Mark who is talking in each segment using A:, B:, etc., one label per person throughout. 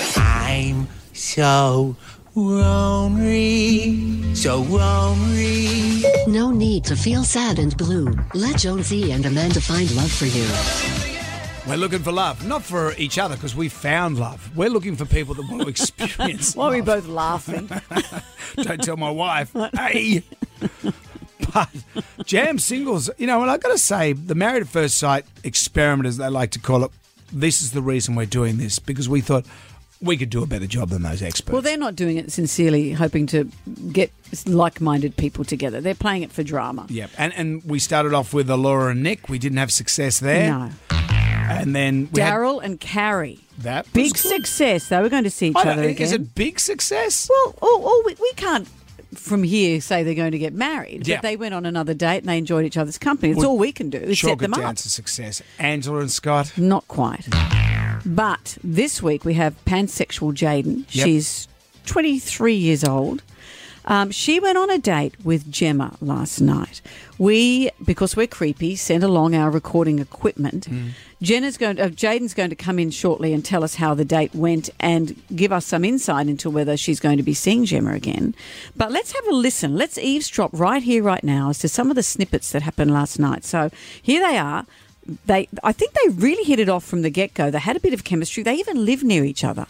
A: I'm so lonely, so lonely.
B: No need to feel sad and blue. Let Jonesy and Amanda find love for you.
C: We're looking for love, not for each other because we found love. We're looking for people that want to experience.
D: Why are we
C: love.
D: both laughing?
C: Don't tell my wife. hey. But jam singles, you know, and I've got to say, the married at first sight experiment, as they like to call it, this is the reason we're doing this because we thought we could do a better job than those experts.
D: well, they're not doing it sincerely, hoping to get like minded people together. They're playing it for drama.
C: Yep. And, and we started off with Laura and Nick. We didn't have success there.
D: No.
C: And then we had
D: Daryl and Carrie.
C: that.
D: Big
C: was-
D: success, though. We're going to see each
C: I don't-
D: other again.
C: Is it big success?
D: well, oh, oh, we, we can't from here say they're going to get married.
C: Yeah.
D: But they went on another date and they enjoyed each other's company. It's
C: Well,
D: all we can do is
C: Chalk
D: set them
C: it
D: up.
C: down to success. Angela and Scott.
D: Not quite. But this week we have pansexual Jaden.
C: Yep.
D: She's 23 years old. Um, she went on a date with Gemma last night. We, because we're creepy, sent along our recording equipment. Jenna's going. Uh, Jaden's going to come in shortly and tell us how the date went and give us some insight into whether she's going to be seeing Gemma again. But let's have a listen. Let's eavesdrop right here, right now, as to some of the snippets that happened last night. So here they are they I think they really hit it off from the get go. They had a bit of chemistry. They even live near each other.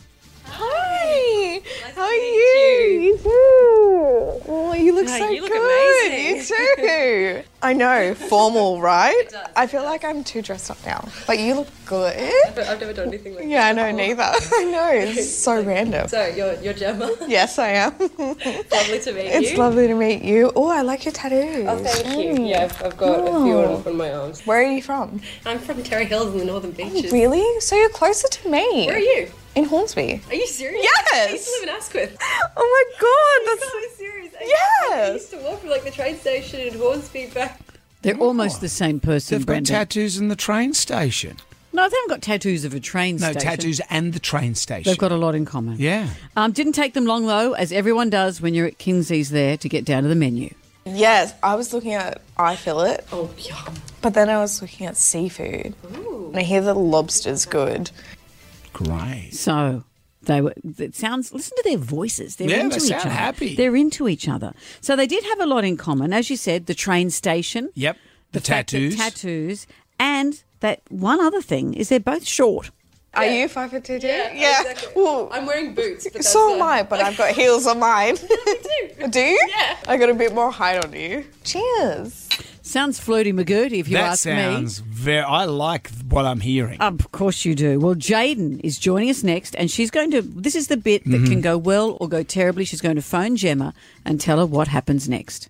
E: Hi. How are you? Woo. Oh, you look so
F: you look
E: good.
F: amazing.
E: You too. I know, formal, right? I feel like I'm too dressed up now. But you look good.
F: I've never done anything like
E: Yeah, I know, neither. I know, it's so random.
F: that. So you're you're Gemma.
E: Yes, I am.
F: Lovely to meet
E: It's
F: you.
E: lovely to meet you. Oh, I like your tattoo.
F: Oh, thank you. Yeah, I've, I've got a few
E: Oh.
F: on, on my arms.
E: Where are you from?
F: I'm from Terry Hills in the Northern Beaches.
E: Really? So you're closer to me.
F: Where are you?
E: In Hornsby.
F: Are you serious?
E: Yes.
F: I used to live in Asquith.
E: Oh my god,
F: That's so serious. I- I
E: Yes.
F: used to walk from like the train station in Hornsby back.
D: They're almost the same person,
C: Oh, They've
D: Brendan.
C: got tattoos in the train station.
D: no, they haven't got tattoos of a train
C: No,
D: station.
C: tattoos and the train station.
D: They've got a lot in common.
C: yeah.
D: Um, didn't take them long though, as everyone does when you're at Kinsey's there to get down to the menu.
E: that's. Yes, I was looking at I Fillet.
F: Oh yeah.
E: But then I was looking at seafood. And I hear the lobster's good.
C: Great.
D: So they were. It sounds. Listen to their voices. They're
C: Yeah, they
D: into each
C: sound
D: other.
C: happy.
D: They're into each other. So they did have a lot in common, as you said. The train station.
C: Yep. The,
D: fact that
C: tattoos.
D: tattoos, and that one other thing is they're both short.
E: Are you five foot two? Yeah.
F: Exactly.
E: Well,
F: I'm wearing boots. But that's
E: so am
F: uh,
E: I, but I've got heels on mine.
F: do.
E: Do you?
F: Yeah.
E: I got a bit more height on you. Cheers.
D: Sounds flirty McGurty, if you
C: that
D: ask me.
C: sounds very. I like what I'm hearing.
D: Of course you do. Well, Jaden is joining us next, and she's going to. This is the bit that can go well or go terribly. She's going to phone Gemma and tell her what happens next.